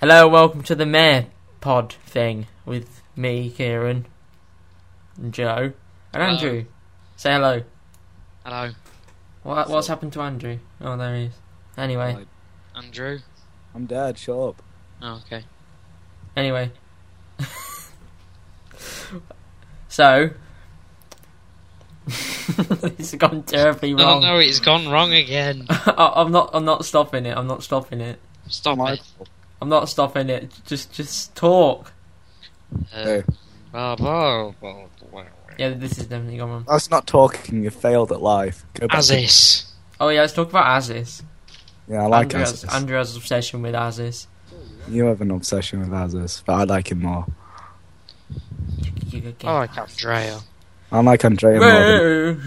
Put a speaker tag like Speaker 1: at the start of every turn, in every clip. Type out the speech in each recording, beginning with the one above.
Speaker 1: Hello, welcome to the Mayor Pod thing with me, Kieran, and Joe, and
Speaker 2: Hello.
Speaker 1: Andrew. Say hello.
Speaker 2: Hello.
Speaker 1: What, what's
Speaker 3: So-
Speaker 1: happened to Andrew? Oh, there he is. Anyway,
Speaker 2: Andrew.
Speaker 3: I'm dead. Shut up.
Speaker 2: Oh, okay.
Speaker 1: anyway. so. it's gone terribly
Speaker 2: No,
Speaker 1: wrong.
Speaker 2: no, it's gone wrong again.
Speaker 1: I, I'm not. I'm not stopping it. I'm not stopping it.
Speaker 2: Stop
Speaker 3: My
Speaker 2: it.
Speaker 3: fault.
Speaker 1: I'm not stopping it. Just, just talk.
Speaker 2: Uh,
Speaker 3: Hey.
Speaker 2: blah, blah, blah, blah.
Speaker 1: Yeah, this is definitely gone wrong.
Speaker 3: That's not talking. You failed at life. Go back.
Speaker 2: Aziz.
Speaker 1: Oh yeah, let's talk about Aziz.
Speaker 3: Yeah, I like
Speaker 1: Andrew, has,
Speaker 3: Aziz.
Speaker 1: Andrew has an obsession with Aziz.
Speaker 3: You have an obsession with Aziz, but I like him more.
Speaker 1: You could get
Speaker 2: I like Andrea.
Speaker 3: I like Andrea more. Than,
Speaker 1: Woo!
Speaker 3: I'm,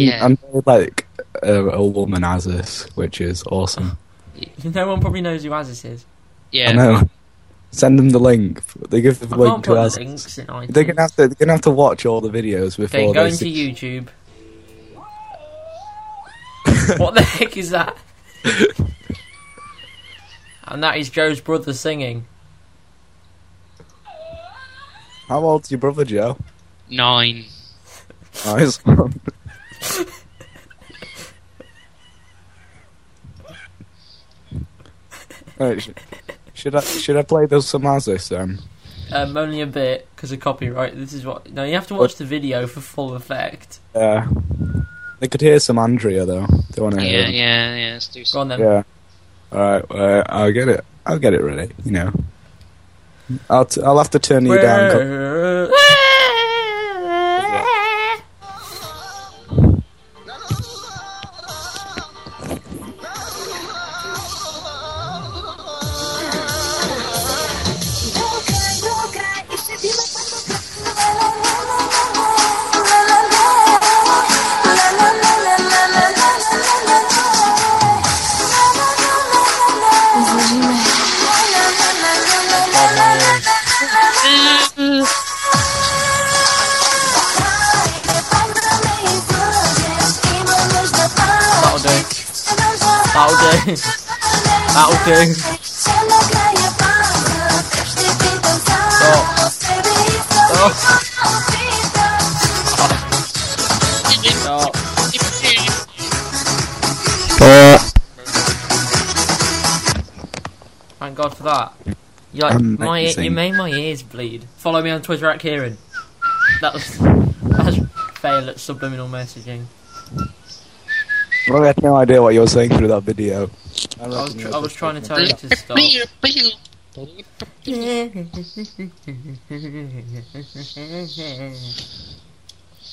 Speaker 2: Yeah.
Speaker 3: I'm more like a, a woman Aziz, which is awesome.
Speaker 1: No one probably knows who Aziz is.
Speaker 2: Yeah.
Speaker 3: I know. Send them the link. They give the
Speaker 1: I
Speaker 3: link
Speaker 1: can't
Speaker 3: to
Speaker 1: put
Speaker 3: Aziz.
Speaker 1: links in iTunes.
Speaker 3: They're gonna have to. They're gonna have to watch all the videos before
Speaker 1: okay,
Speaker 3: they
Speaker 1: go into
Speaker 3: see.
Speaker 1: YouTube. what the heck is that? and that is Joe's brother singing.
Speaker 3: How old's your brother, Joe?
Speaker 2: Nine.
Speaker 3: Nice one. Right, sh- should I should I play those some Aziz then?
Speaker 1: Um, only a bit because of copyright. This is what. No, you have to watch the video for full effect.
Speaker 3: Yeah. They could hear some Andrea though. They want to hear.
Speaker 2: Yeah, yeah,
Speaker 3: them.
Speaker 2: yeah. Let's do
Speaker 1: Go
Speaker 2: some.
Speaker 1: on then.
Speaker 3: Yeah. All right. Well, I'll get it. I'll get it ready. You know. I'll t- I'll have to turn you down. 'cause-
Speaker 1: Where- That'll do. That'll do. That'll do. Stop. Stop. Stop. Thank God for that. You're
Speaker 3: Um,
Speaker 1: like, my ear,
Speaker 3: Amazing.
Speaker 1: you made my ears bleed. Follow me on Twitter at Kieran. That was that's fail at subliminal messaging.
Speaker 3: Well, I had no idea what you were saying through that video. I,
Speaker 1: I was tr- I was trying to tell you to stop.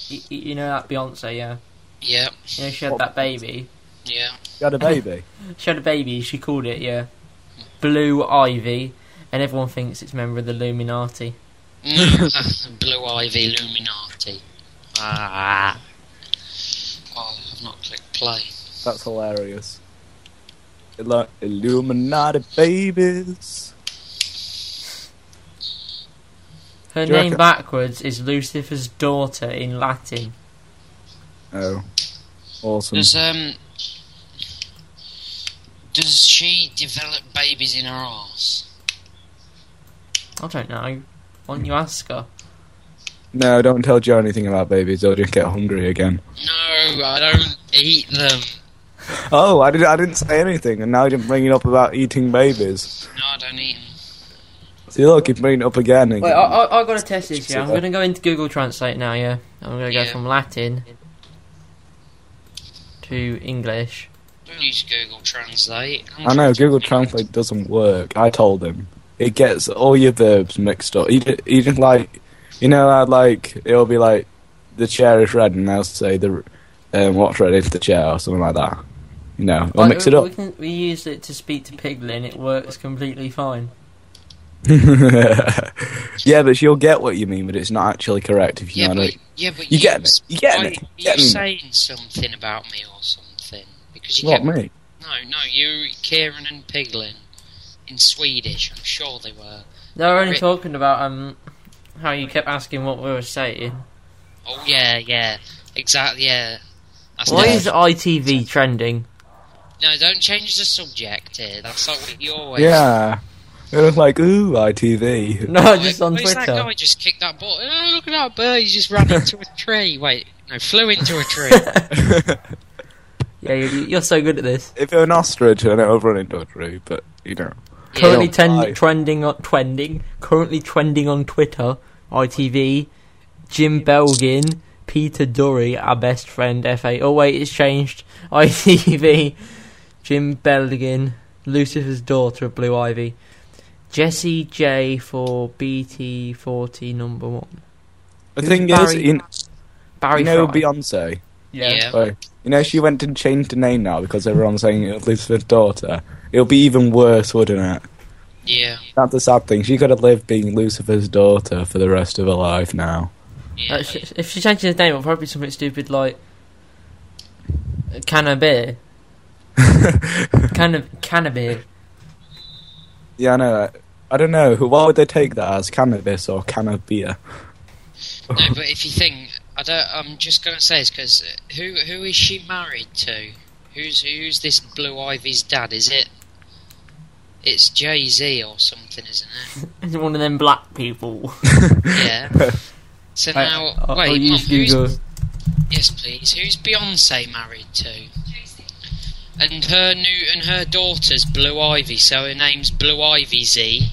Speaker 1: you, you know that Beyonce, yeah.
Speaker 2: Yeah,
Speaker 1: You know she had that baby.
Speaker 2: yeah.
Speaker 3: You had a baby.
Speaker 1: She had a baby. She called it yeah, Blue Ivy, and everyone thinks it's a member of the Illuminati.
Speaker 2: Blue Ivy Illuminati. Ah. Oh, I've not clicked play.
Speaker 3: That's hilarious. Illu- Illuminati babies.
Speaker 1: Her
Speaker 3: Do you
Speaker 1: name
Speaker 3: reckon-
Speaker 1: backwards is Lucifer's daughter in Latin.
Speaker 3: Oh, awesome.
Speaker 1: Hmm.
Speaker 2: Does um does she develop babies in her arse?
Speaker 1: I don't know. Why don't you ask her?
Speaker 3: No, don't tell Joe anything about babies. I'll just get hungry again.
Speaker 2: No, I don't eat them.
Speaker 3: Oh, I didn't. I didn't say anything, and now you're bringing up about eating babies.
Speaker 2: No, I don't eat them.
Speaker 3: See, look, you bring it up again. And
Speaker 1: Wait, uh, I, I, I got to test this.
Speaker 3: She's
Speaker 1: Yeah, I'm
Speaker 3: still
Speaker 1: going
Speaker 3: there.
Speaker 1: to go into Google Translate now. Yeah, I'm going to go
Speaker 2: Yeah.
Speaker 1: from Latin to English.
Speaker 2: Don't use Google Translate. I'm
Speaker 3: I know
Speaker 2: trying to-
Speaker 3: Google Translate doesn't work. I told him it gets all your verbs mixed up. Even, even like, you know, I'd like it'll be like the chair is red, and I'll say the um, what's red is the chair or something like that. You know, I'll
Speaker 1: Like,
Speaker 3: mix it
Speaker 1: we-
Speaker 3: up.
Speaker 1: We, can, we used it to speak to Piglin. It works completely fine.
Speaker 3: yeah, but she'll get what you mean, but it's not actually correct if you
Speaker 2: Yeah,
Speaker 3: know what I
Speaker 2: but,
Speaker 3: mean.
Speaker 2: yeah, but
Speaker 3: You get me.
Speaker 2: s-
Speaker 3: You get
Speaker 2: why-
Speaker 3: me. You
Speaker 2: You're
Speaker 3: get me.
Speaker 2: saying something about me or something because you
Speaker 3: Not
Speaker 2: kept-
Speaker 3: me.
Speaker 2: No, no, you, Kieran and Piglin in Swedish. I'm sure they were.
Speaker 1: They were only
Speaker 2: Right.
Speaker 1: talking about um how you kept asking what we were saying.
Speaker 2: Oh yeah, yeah, exactly. Yeah. That's
Speaker 1: Why
Speaker 2: it.
Speaker 1: is ITV trending?
Speaker 2: No, don't change the subject here. That's not what you always.
Speaker 3: Yeah. It was like, ooh, ITV.
Speaker 1: No, just on
Speaker 2: Where's that
Speaker 1: Twitter.
Speaker 2: guy just kicked that ball? Oh, look at that bird! He just ran into a tree. Wait, no, flew into a tree.
Speaker 1: Yeah, you- you're so good at this.
Speaker 3: if you're an ostrich, I know I've run into a tree, but you know.
Speaker 1: Currently
Speaker 3: Yeah.
Speaker 1: ten-
Speaker 3: Live.
Speaker 1: trending on trending. Currently trending on Twitter. ITV. Jim Belgin. Peter Dury, our best friend. FA. Oh wait, it's changed. ITV. Jim Belgin. Lucifer's daughter of Blue Ivy. Jesse J for BT40 number one.
Speaker 3: The
Speaker 1: Who's
Speaker 3: thing is,
Speaker 1: Barry-
Speaker 3: you,
Speaker 1: Barry
Speaker 3: you know
Speaker 1: Fry.
Speaker 3: Beyonce.
Speaker 2: yeah.
Speaker 3: Sorry. You know she went and changed the name now because everyone's saying it lives with daughter. It'll be even worse, wouldn't it?
Speaker 2: yeah,
Speaker 3: That's the sad thing. She could have lived being Lucifer's daughter for the rest of her life now.
Speaker 2: yeah.
Speaker 1: Uh, sh- if she changes his name, it'll probably be something stupid like uh, Cannabis. Canna- Cannabis.
Speaker 3: Yeah, I know. that. I don't know. Why would they take that as cannabis or cannabia?
Speaker 2: No, but if you think, I don't. I'm just gonna say it's because who who is she married to? Who's who's this Blue Ivy's dad? Is it? It's Jay Z or something, isn't it?
Speaker 1: He's one of them black people.
Speaker 2: Yeah. So
Speaker 1: I-
Speaker 2: now,
Speaker 1: I'll- I'll
Speaker 2: wait, Mum,
Speaker 1: use
Speaker 2: who's-
Speaker 1: Google.
Speaker 2: yes, please. Who's Beyonce married to? And her new and her daughter's Blue Ivy, so her name's Blue Ivy Z.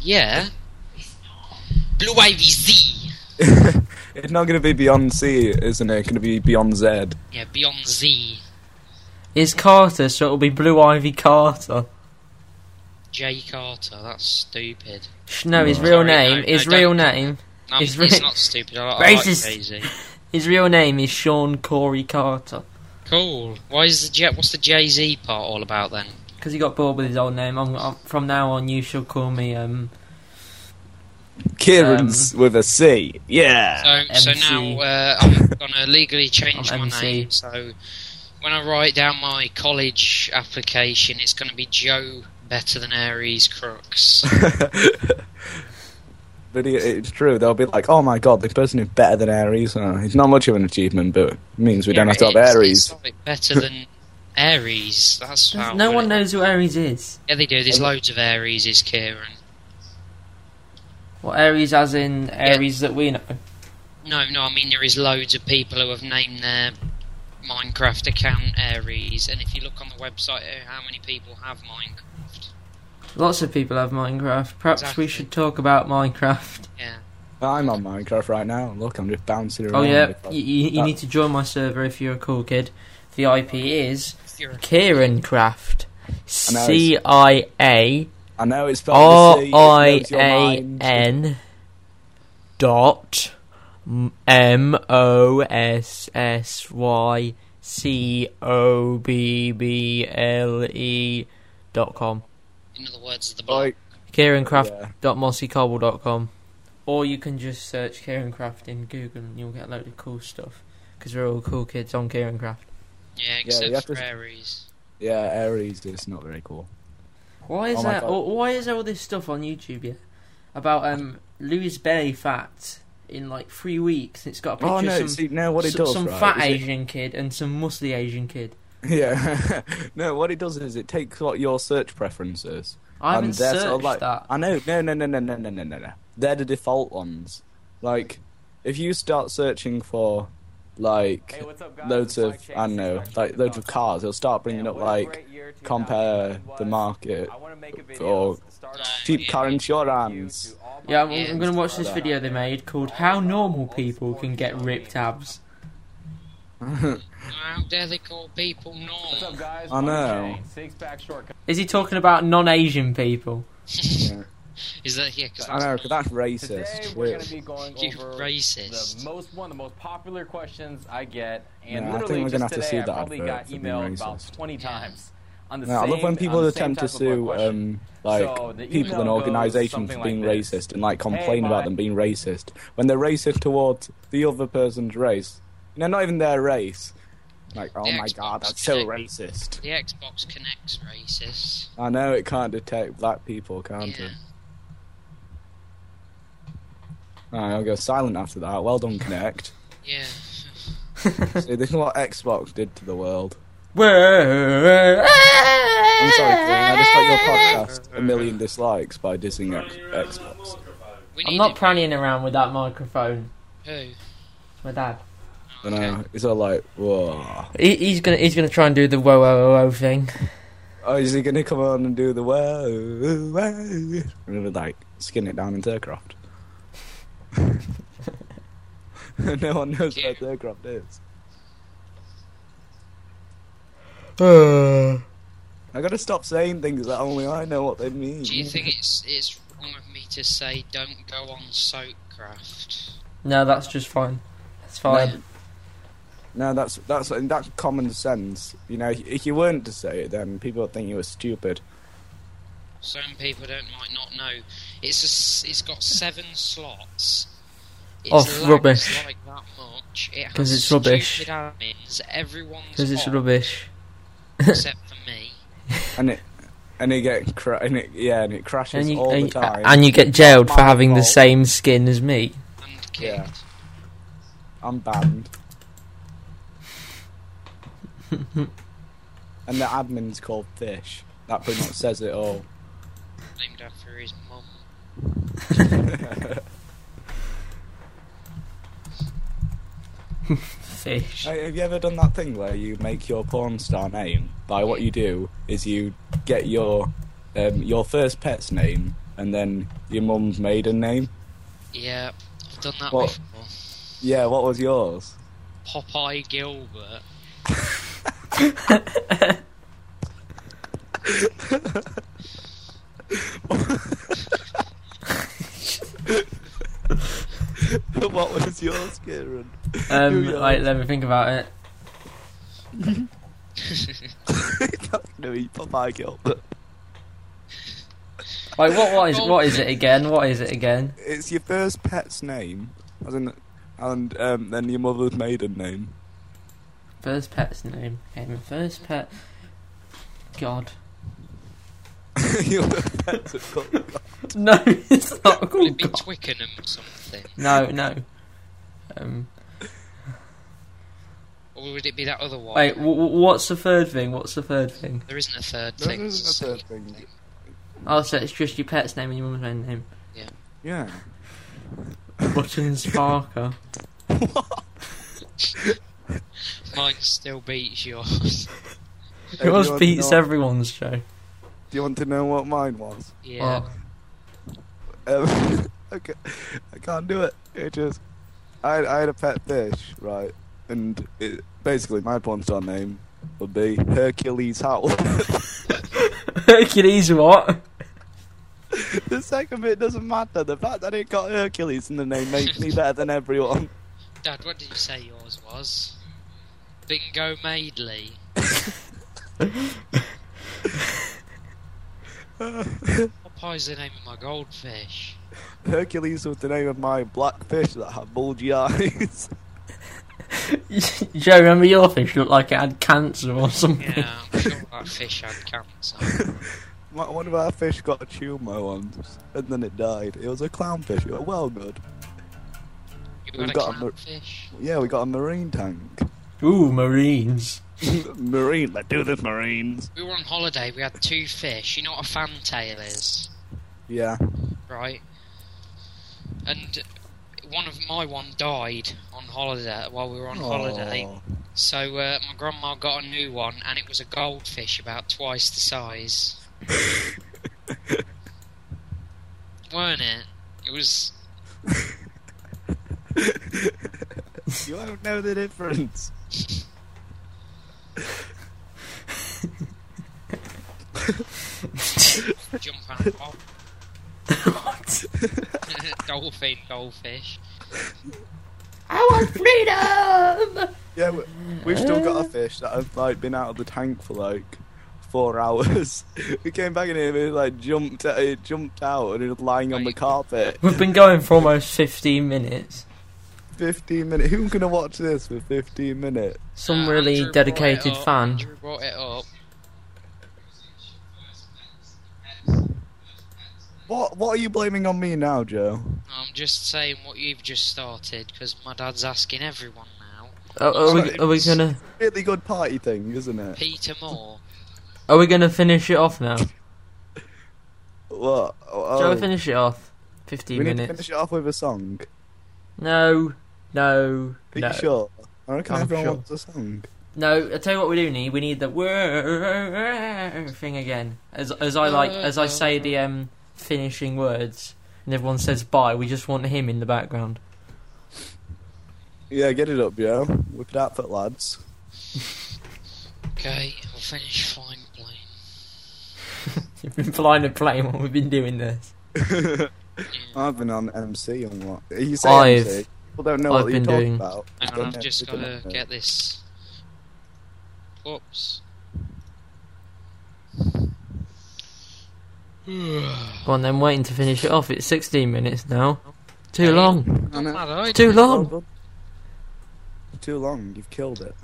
Speaker 2: Yeah. Blue Ivy Z.
Speaker 3: It's not going to be Beyonce, isn't it? It's going to be Beyonce.
Speaker 2: Yeah, Beyond Z.
Speaker 1: It's Carter, so it'll be Blue Ivy Carter.
Speaker 2: Jay Carter. That's stupid.
Speaker 1: Sh- No, his
Speaker 3: Right.
Speaker 1: real
Speaker 2: Sorry,
Speaker 1: name.
Speaker 2: no,
Speaker 1: his
Speaker 2: no,
Speaker 1: real
Speaker 2: don't-
Speaker 1: name.
Speaker 2: No,
Speaker 1: It's
Speaker 2: it's,
Speaker 1: re-
Speaker 2: not stupid. I, I like
Speaker 1: Racist.
Speaker 2: Jay Z.
Speaker 1: His real name is Sean Corey Carter.
Speaker 2: Cool. Why is the J? What's the Jay Z part all about then?
Speaker 1: Because he got bored with his old name. I'm, i from now on, you shall call me. Um,
Speaker 2: Um,
Speaker 3: Kieran's with a C. Yeah.
Speaker 2: So, so
Speaker 1: MC.
Speaker 2: now uh, I'm gonna legally change
Speaker 1: I'm
Speaker 2: my
Speaker 1: MC.
Speaker 2: name. So when I write down my college application, it's gonna be Joe Better Than Aries Crooks.
Speaker 3: But it, it's true. They'll be like, "Oh my god, this person is better than Aries." Uh, it's not much of an achievement, but it means we don't have to have
Speaker 2: It's-
Speaker 3: Aries.
Speaker 2: It's like better than Aries. That's how
Speaker 1: no
Speaker 2: good
Speaker 1: one
Speaker 2: it-
Speaker 1: knows who Aries is.
Speaker 2: Yeah, they do. There's loads of Aries, is Kieran.
Speaker 1: Well, Aries, as in Aries that we know.
Speaker 2: No, no, I mean there is loads of people who have named their Minecraft account Aries, and if you look on the website, uh, how many people have Minecraft?
Speaker 1: Lots of people have Minecraft. Perhaps
Speaker 2: Exactly.
Speaker 1: we should talk about Minecraft.
Speaker 2: Yeah,
Speaker 3: I'm on Minecraft right now. Look, I'm just bouncing around.
Speaker 1: Oh yeah,
Speaker 3: It's like-
Speaker 1: you, you, you need to join my server if you're a cool kid. The IP is
Speaker 2: if you're a
Speaker 1: Kieran Craft.
Speaker 3: I know, it's-
Speaker 1: C I A
Speaker 3: I know it's spelled
Speaker 1: R
Speaker 3: with a C,
Speaker 1: I
Speaker 3: it blows your
Speaker 1: A
Speaker 3: mind.
Speaker 1: N dot M O S S Y C O B B L E dot com.
Speaker 2: in other words, the block.
Speaker 3: Like,
Speaker 1: KieranCraft
Speaker 3: yeah.
Speaker 1: dot mossicobble dot com. Or you can just search Kieran Craft in Google and you'll get a load of cool stuff. Because we're all cool kids on Kieran Craft.
Speaker 2: Yeah,
Speaker 3: you
Speaker 2: except
Speaker 3: have
Speaker 2: for
Speaker 3: to-
Speaker 2: Aries.
Speaker 3: yeah, Aries is not very cool.
Speaker 1: Why is
Speaker 3: Oh my
Speaker 1: that?
Speaker 3: God.
Speaker 1: oh, Why is there all this stuff on YouTube yet about um Louis Belly fat in like three weeks? It's got a picture
Speaker 3: Oh no,
Speaker 1: of some,
Speaker 3: see, no, what it
Speaker 1: some,
Speaker 3: does,
Speaker 1: some
Speaker 3: right,
Speaker 1: fat
Speaker 3: is it-
Speaker 1: Asian kid and some muscly Asian kid.
Speaker 3: Yeah. no, what it does is it takes what your search preferences.
Speaker 1: I haven't
Speaker 3: and they're
Speaker 1: searched
Speaker 3: sort of like,
Speaker 1: that.
Speaker 3: I know. No, no, no, no, no, no, no, no, no. They're the default ones. Like, if you start searching for, like,
Speaker 4: Hey, what's up, guys?
Speaker 3: loads
Speaker 4: It's
Speaker 3: of,
Speaker 4: Mike Chase.
Speaker 3: I don't know, like, loads of cars, it'll start bringing
Speaker 4: Yeah,
Speaker 3: up,
Speaker 4: what a
Speaker 3: like,
Speaker 4: great year 2000
Speaker 3: compare the
Speaker 4: was.
Speaker 3: market,
Speaker 4: I wanna make a video
Speaker 3: or
Speaker 4: to start off
Speaker 3: cheap car
Speaker 2: Yeah.
Speaker 3: insurance.
Speaker 1: Yeah, I'm, I'm gonna
Speaker 2: Yeah.
Speaker 1: watch this video they made called "How Normal People Can Get Ripped Abs."
Speaker 2: How dare they call people
Speaker 4: What's up,
Speaker 2: normal?
Speaker 4: guys?
Speaker 3: I know.
Speaker 4: Six pack shortcut.
Speaker 1: Is he talking about non-Asian people?
Speaker 2: Is that yeah? Because
Speaker 3: I know, 'cause that's
Speaker 4: Today
Speaker 3: racist.
Speaker 4: we're gonna
Speaker 3: Weird.
Speaker 4: be going
Speaker 2: You
Speaker 4: over
Speaker 2: racist.
Speaker 4: the most one of the most popular questions I get, and
Speaker 3: No, I think
Speaker 4: literally
Speaker 3: we're
Speaker 4: just
Speaker 3: gonna have to
Speaker 4: today
Speaker 3: sue
Speaker 4: I
Speaker 3: that
Speaker 4: probably
Speaker 3: advert
Speaker 4: got
Speaker 3: for being
Speaker 4: emailed about
Speaker 3: racist.
Speaker 4: twenty times. On the
Speaker 3: No, I
Speaker 4: same,
Speaker 3: love when
Speaker 4: on
Speaker 3: people
Speaker 4: the
Speaker 3: attempt to
Speaker 4: same type of
Speaker 3: sue
Speaker 4: question.
Speaker 3: um, like
Speaker 4: So, the
Speaker 3: people and
Speaker 4: email goes
Speaker 3: organisations for
Speaker 4: something
Speaker 3: being
Speaker 4: like this.
Speaker 3: racist and like complain
Speaker 4: Hey,
Speaker 3: about
Speaker 4: Mike.
Speaker 3: them being racist when they're racist towards the other person's race. You know, not even their race. Like, oh
Speaker 2: Yeah,
Speaker 3: my
Speaker 2: it's-
Speaker 3: god, that's so
Speaker 2: yeah.
Speaker 3: racist.
Speaker 2: the Xbox Connect's racist.
Speaker 3: I know it can't detect black people, can't
Speaker 2: Yeah.
Speaker 3: it? Alright, I'll go silent after that. Well done, Connect.
Speaker 2: Yeah.
Speaker 3: See, this is what Xbox did to the world.
Speaker 1: I'm
Speaker 3: I'm sorry, past a million dislikes by dissing X- Xbox.
Speaker 2: We
Speaker 1: I'm
Speaker 2: need
Speaker 1: not
Speaker 2: it-
Speaker 1: pranning around with that microphone.
Speaker 2: Who?
Speaker 1: My dad.
Speaker 3: I know. It's all like, whoa.
Speaker 1: He, he's gonna he's gonna try and do the whoa whoa whoa, whoa thing.
Speaker 3: Oh, is he going to come on and do the whoa, whoa? And we're like, skin it down in Turcroft. no one knows where Turcroft is. i got to stop saying things that only I know what they mean.
Speaker 2: Do you think it's it's wrong of me to say don't go on Soapcraft?
Speaker 1: No, that's just fine. That's fine.
Speaker 3: No, that's that's that's common sense. You know, if you weren't to say it, then people would think you were stupid.
Speaker 2: Some people don't might not know. It's a s it's got seven slots. It's
Speaker 1: Off
Speaker 2: lags
Speaker 1: rubbish.
Speaker 2: Like that much. It has
Speaker 1: 'Cause it's rubbish.
Speaker 2: stupid admins. Everyone's
Speaker 1: Because it's
Speaker 2: off
Speaker 1: rubbish.
Speaker 2: except for me.
Speaker 3: And it and it get cra- and it yeah and it crashes
Speaker 1: And you,
Speaker 3: all the
Speaker 1: and,
Speaker 3: time.
Speaker 1: and you get jailed for
Speaker 3: My
Speaker 1: having the
Speaker 3: fault.
Speaker 1: same skin as me.
Speaker 2: And kicked.
Speaker 3: Yeah. I'm banned. and the admin's called Fish. That pretty much says it all.
Speaker 2: Named after his mum.
Speaker 1: Fish.
Speaker 3: Hey, Have you ever done that thing where you make your porn star name by what you do is you get your um, your first pet's name and then your mum's maiden name?
Speaker 2: Yeah. I've done that
Speaker 3: What?
Speaker 2: before.
Speaker 3: Yeah, what was yours?
Speaker 2: Popeye Gilbert.
Speaker 3: what was yours, Kieran?
Speaker 1: Um,
Speaker 3: Who
Speaker 1: like,
Speaker 3: else?
Speaker 1: let me think about it.
Speaker 3: no, he Popeye Gilbert.
Speaker 1: Like, what, what is what is it again? What is it again?
Speaker 3: It's your first pet's name, as in, and um, then your mother's maiden name.
Speaker 1: First pet's name. Okay, my first pet. God.
Speaker 3: your first pet's a cock.
Speaker 1: No, it's not
Speaker 2: Will
Speaker 1: called
Speaker 2: it be
Speaker 1: Oh, God.
Speaker 2: Twickenham or something?
Speaker 1: No, no. Um,
Speaker 2: Or would it be that other one?
Speaker 1: wait, w- what's the third thing? What's the third thing?
Speaker 2: There isn't a third
Speaker 3: There
Speaker 2: thing.
Speaker 3: isn't
Speaker 2: it's
Speaker 3: a
Speaker 2: the
Speaker 3: third
Speaker 2: second
Speaker 3: thing.
Speaker 1: Oh, so it's just your pet's name and your mum's maiden name.
Speaker 3: Yeah.
Speaker 1: Button Sparker.
Speaker 2: Mine still beats yours.
Speaker 3: Hey,
Speaker 1: Yours
Speaker 3: do you want to
Speaker 1: beats
Speaker 3: know-
Speaker 1: everyone's show.
Speaker 3: Do you want to know what mine was?
Speaker 2: Yeah.
Speaker 1: Oh.
Speaker 3: Um, okay, I can't do it. It just, I, I had a pet fish, right, and it, basically my porn star name would be Hercules Howl.
Speaker 1: Hercules what?
Speaker 3: the second bit doesn't matter. The fact that it got Hercules in the name makes me better than everyone.
Speaker 2: Dad, what did you say yours was? Bingo Maidley. Popeye's the name of my goldfish.
Speaker 3: Hercules was the name of my black fish that had bulgy eyes.
Speaker 1: Joe, remember your fish looked like it had cancer or something?
Speaker 2: Yeah, I'm sure that fish had cancer.
Speaker 3: My- One of our fish got a tumour once, and then it died. It was a clownfish. It was well good.
Speaker 2: You
Speaker 3: We've
Speaker 2: got,
Speaker 3: got a
Speaker 2: a
Speaker 3: mer-
Speaker 2: clownfish?
Speaker 3: Yeah, we got a marine tank.
Speaker 1: Ooh, Marines.
Speaker 3: marine, let's do this, marines.
Speaker 2: We were on holiday, we had two fish. You know what a fantail is,
Speaker 3: Yeah.
Speaker 2: right? And one of my one died on holiday while we were on holiday.
Speaker 3: Aw.
Speaker 2: So uh, my grandma got a new one, and it was a goldfish about twice the size. Weren't it? It was.
Speaker 3: You won't know the difference.
Speaker 2: Jump out of box.
Speaker 1: what?
Speaker 2: Dolphin, goldfish.
Speaker 1: I want freedom!
Speaker 3: Yeah, we- we've still got a fish that has like been out of the tank for like four hours. we came back in here and it like jumped, uh, it jumped out and it was lying on the carpet.
Speaker 1: We've been going for almost 15 minutes.
Speaker 3: Fifteen minutes. Who's gonna watch this for fifteen minutes?
Speaker 1: Some
Speaker 2: Uh,
Speaker 1: really
Speaker 2: Andrew
Speaker 1: dedicated
Speaker 2: brought it up,
Speaker 1: fan.
Speaker 2: Andrew brought it up.
Speaker 3: What What are you blaming on me now, Joe?
Speaker 2: I'm just saying what you've just started because my dad's asking everyone now.
Speaker 1: Are, are we, are we gonna
Speaker 3: Really good party thing, isn't it?
Speaker 2: Peter Moore.
Speaker 1: are we gonna finish it off now?
Speaker 3: What? Oh,
Speaker 1: Shall we finish it off? Fifteen
Speaker 3: we need to
Speaker 1: minutes.
Speaker 3: finish it off with a song.
Speaker 1: No, no,
Speaker 3: Are
Speaker 1: no.
Speaker 3: you sure? I reckon
Speaker 1: I'm
Speaker 3: everyone
Speaker 1: sure.
Speaker 3: wants a song.
Speaker 1: No, I tell you what we do need. We need the whirr thing again. As as I like as I say the um finishing words, and everyone says bye. We just want him in the background.
Speaker 3: Yeah, get it up, yo. Whip it out for the lads.
Speaker 2: Okay, I'll finish flying the plane.
Speaker 1: You've been flying a plane while we've been doing this.
Speaker 3: I've been on MC and what? You say
Speaker 1: I've-
Speaker 3: MC. People don't know
Speaker 1: I've
Speaker 3: what
Speaker 1: been
Speaker 3: you're talking
Speaker 1: doing-
Speaker 3: about.
Speaker 2: Hang
Speaker 3: Don't
Speaker 2: on,
Speaker 3: know.
Speaker 2: I've just
Speaker 3: They don't
Speaker 2: gotta
Speaker 3: know.
Speaker 2: get this. Oops. Not
Speaker 1: Go on, then waiting to finish it off. It's sixteen minutes now. Too
Speaker 2: Hey.
Speaker 1: long.
Speaker 3: I know.
Speaker 2: bad, right?
Speaker 1: Too
Speaker 3: Well
Speaker 1: long.
Speaker 3: done. Too long. You've killed it.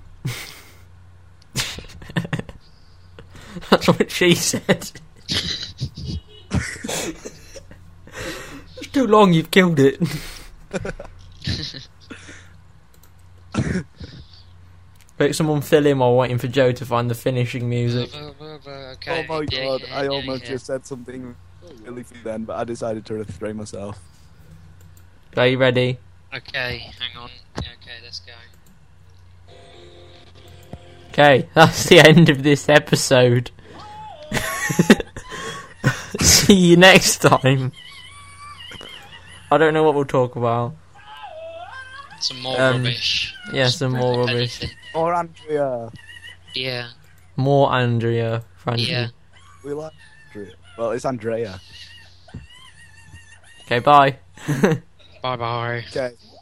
Speaker 1: That's what she said. it's too long. You've killed it. Make someone fill in while waiting for Joe to find the finishing music.
Speaker 2: Okay.
Speaker 3: oh my
Speaker 2: yeah,
Speaker 3: god!
Speaker 2: yeah,
Speaker 3: I
Speaker 2: yeah,
Speaker 3: almost
Speaker 2: yeah.
Speaker 3: just said something really funny then, but I decided to restrain myself.
Speaker 1: Are you ready?
Speaker 2: Okay, hang on. Yeah, Okay, let's go.
Speaker 1: Okay, that's the end of this episode. See you next time. I don't know what we'll talk about.
Speaker 2: Some more
Speaker 1: Um,
Speaker 2: rubbish.
Speaker 1: Yeah, some more rubbish.
Speaker 2: Anything.
Speaker 3: Or Andrea,
Speaker 2: Yeah,
Speaker 1: More Andrea, frankly.
Speaker 2: yeah.
Speaker 3: we like. Andrea. Well, it's Andrea.
Speaker 1: Okay, bye.
Speaker 2: Bye bye.
Speaker 3: Okay.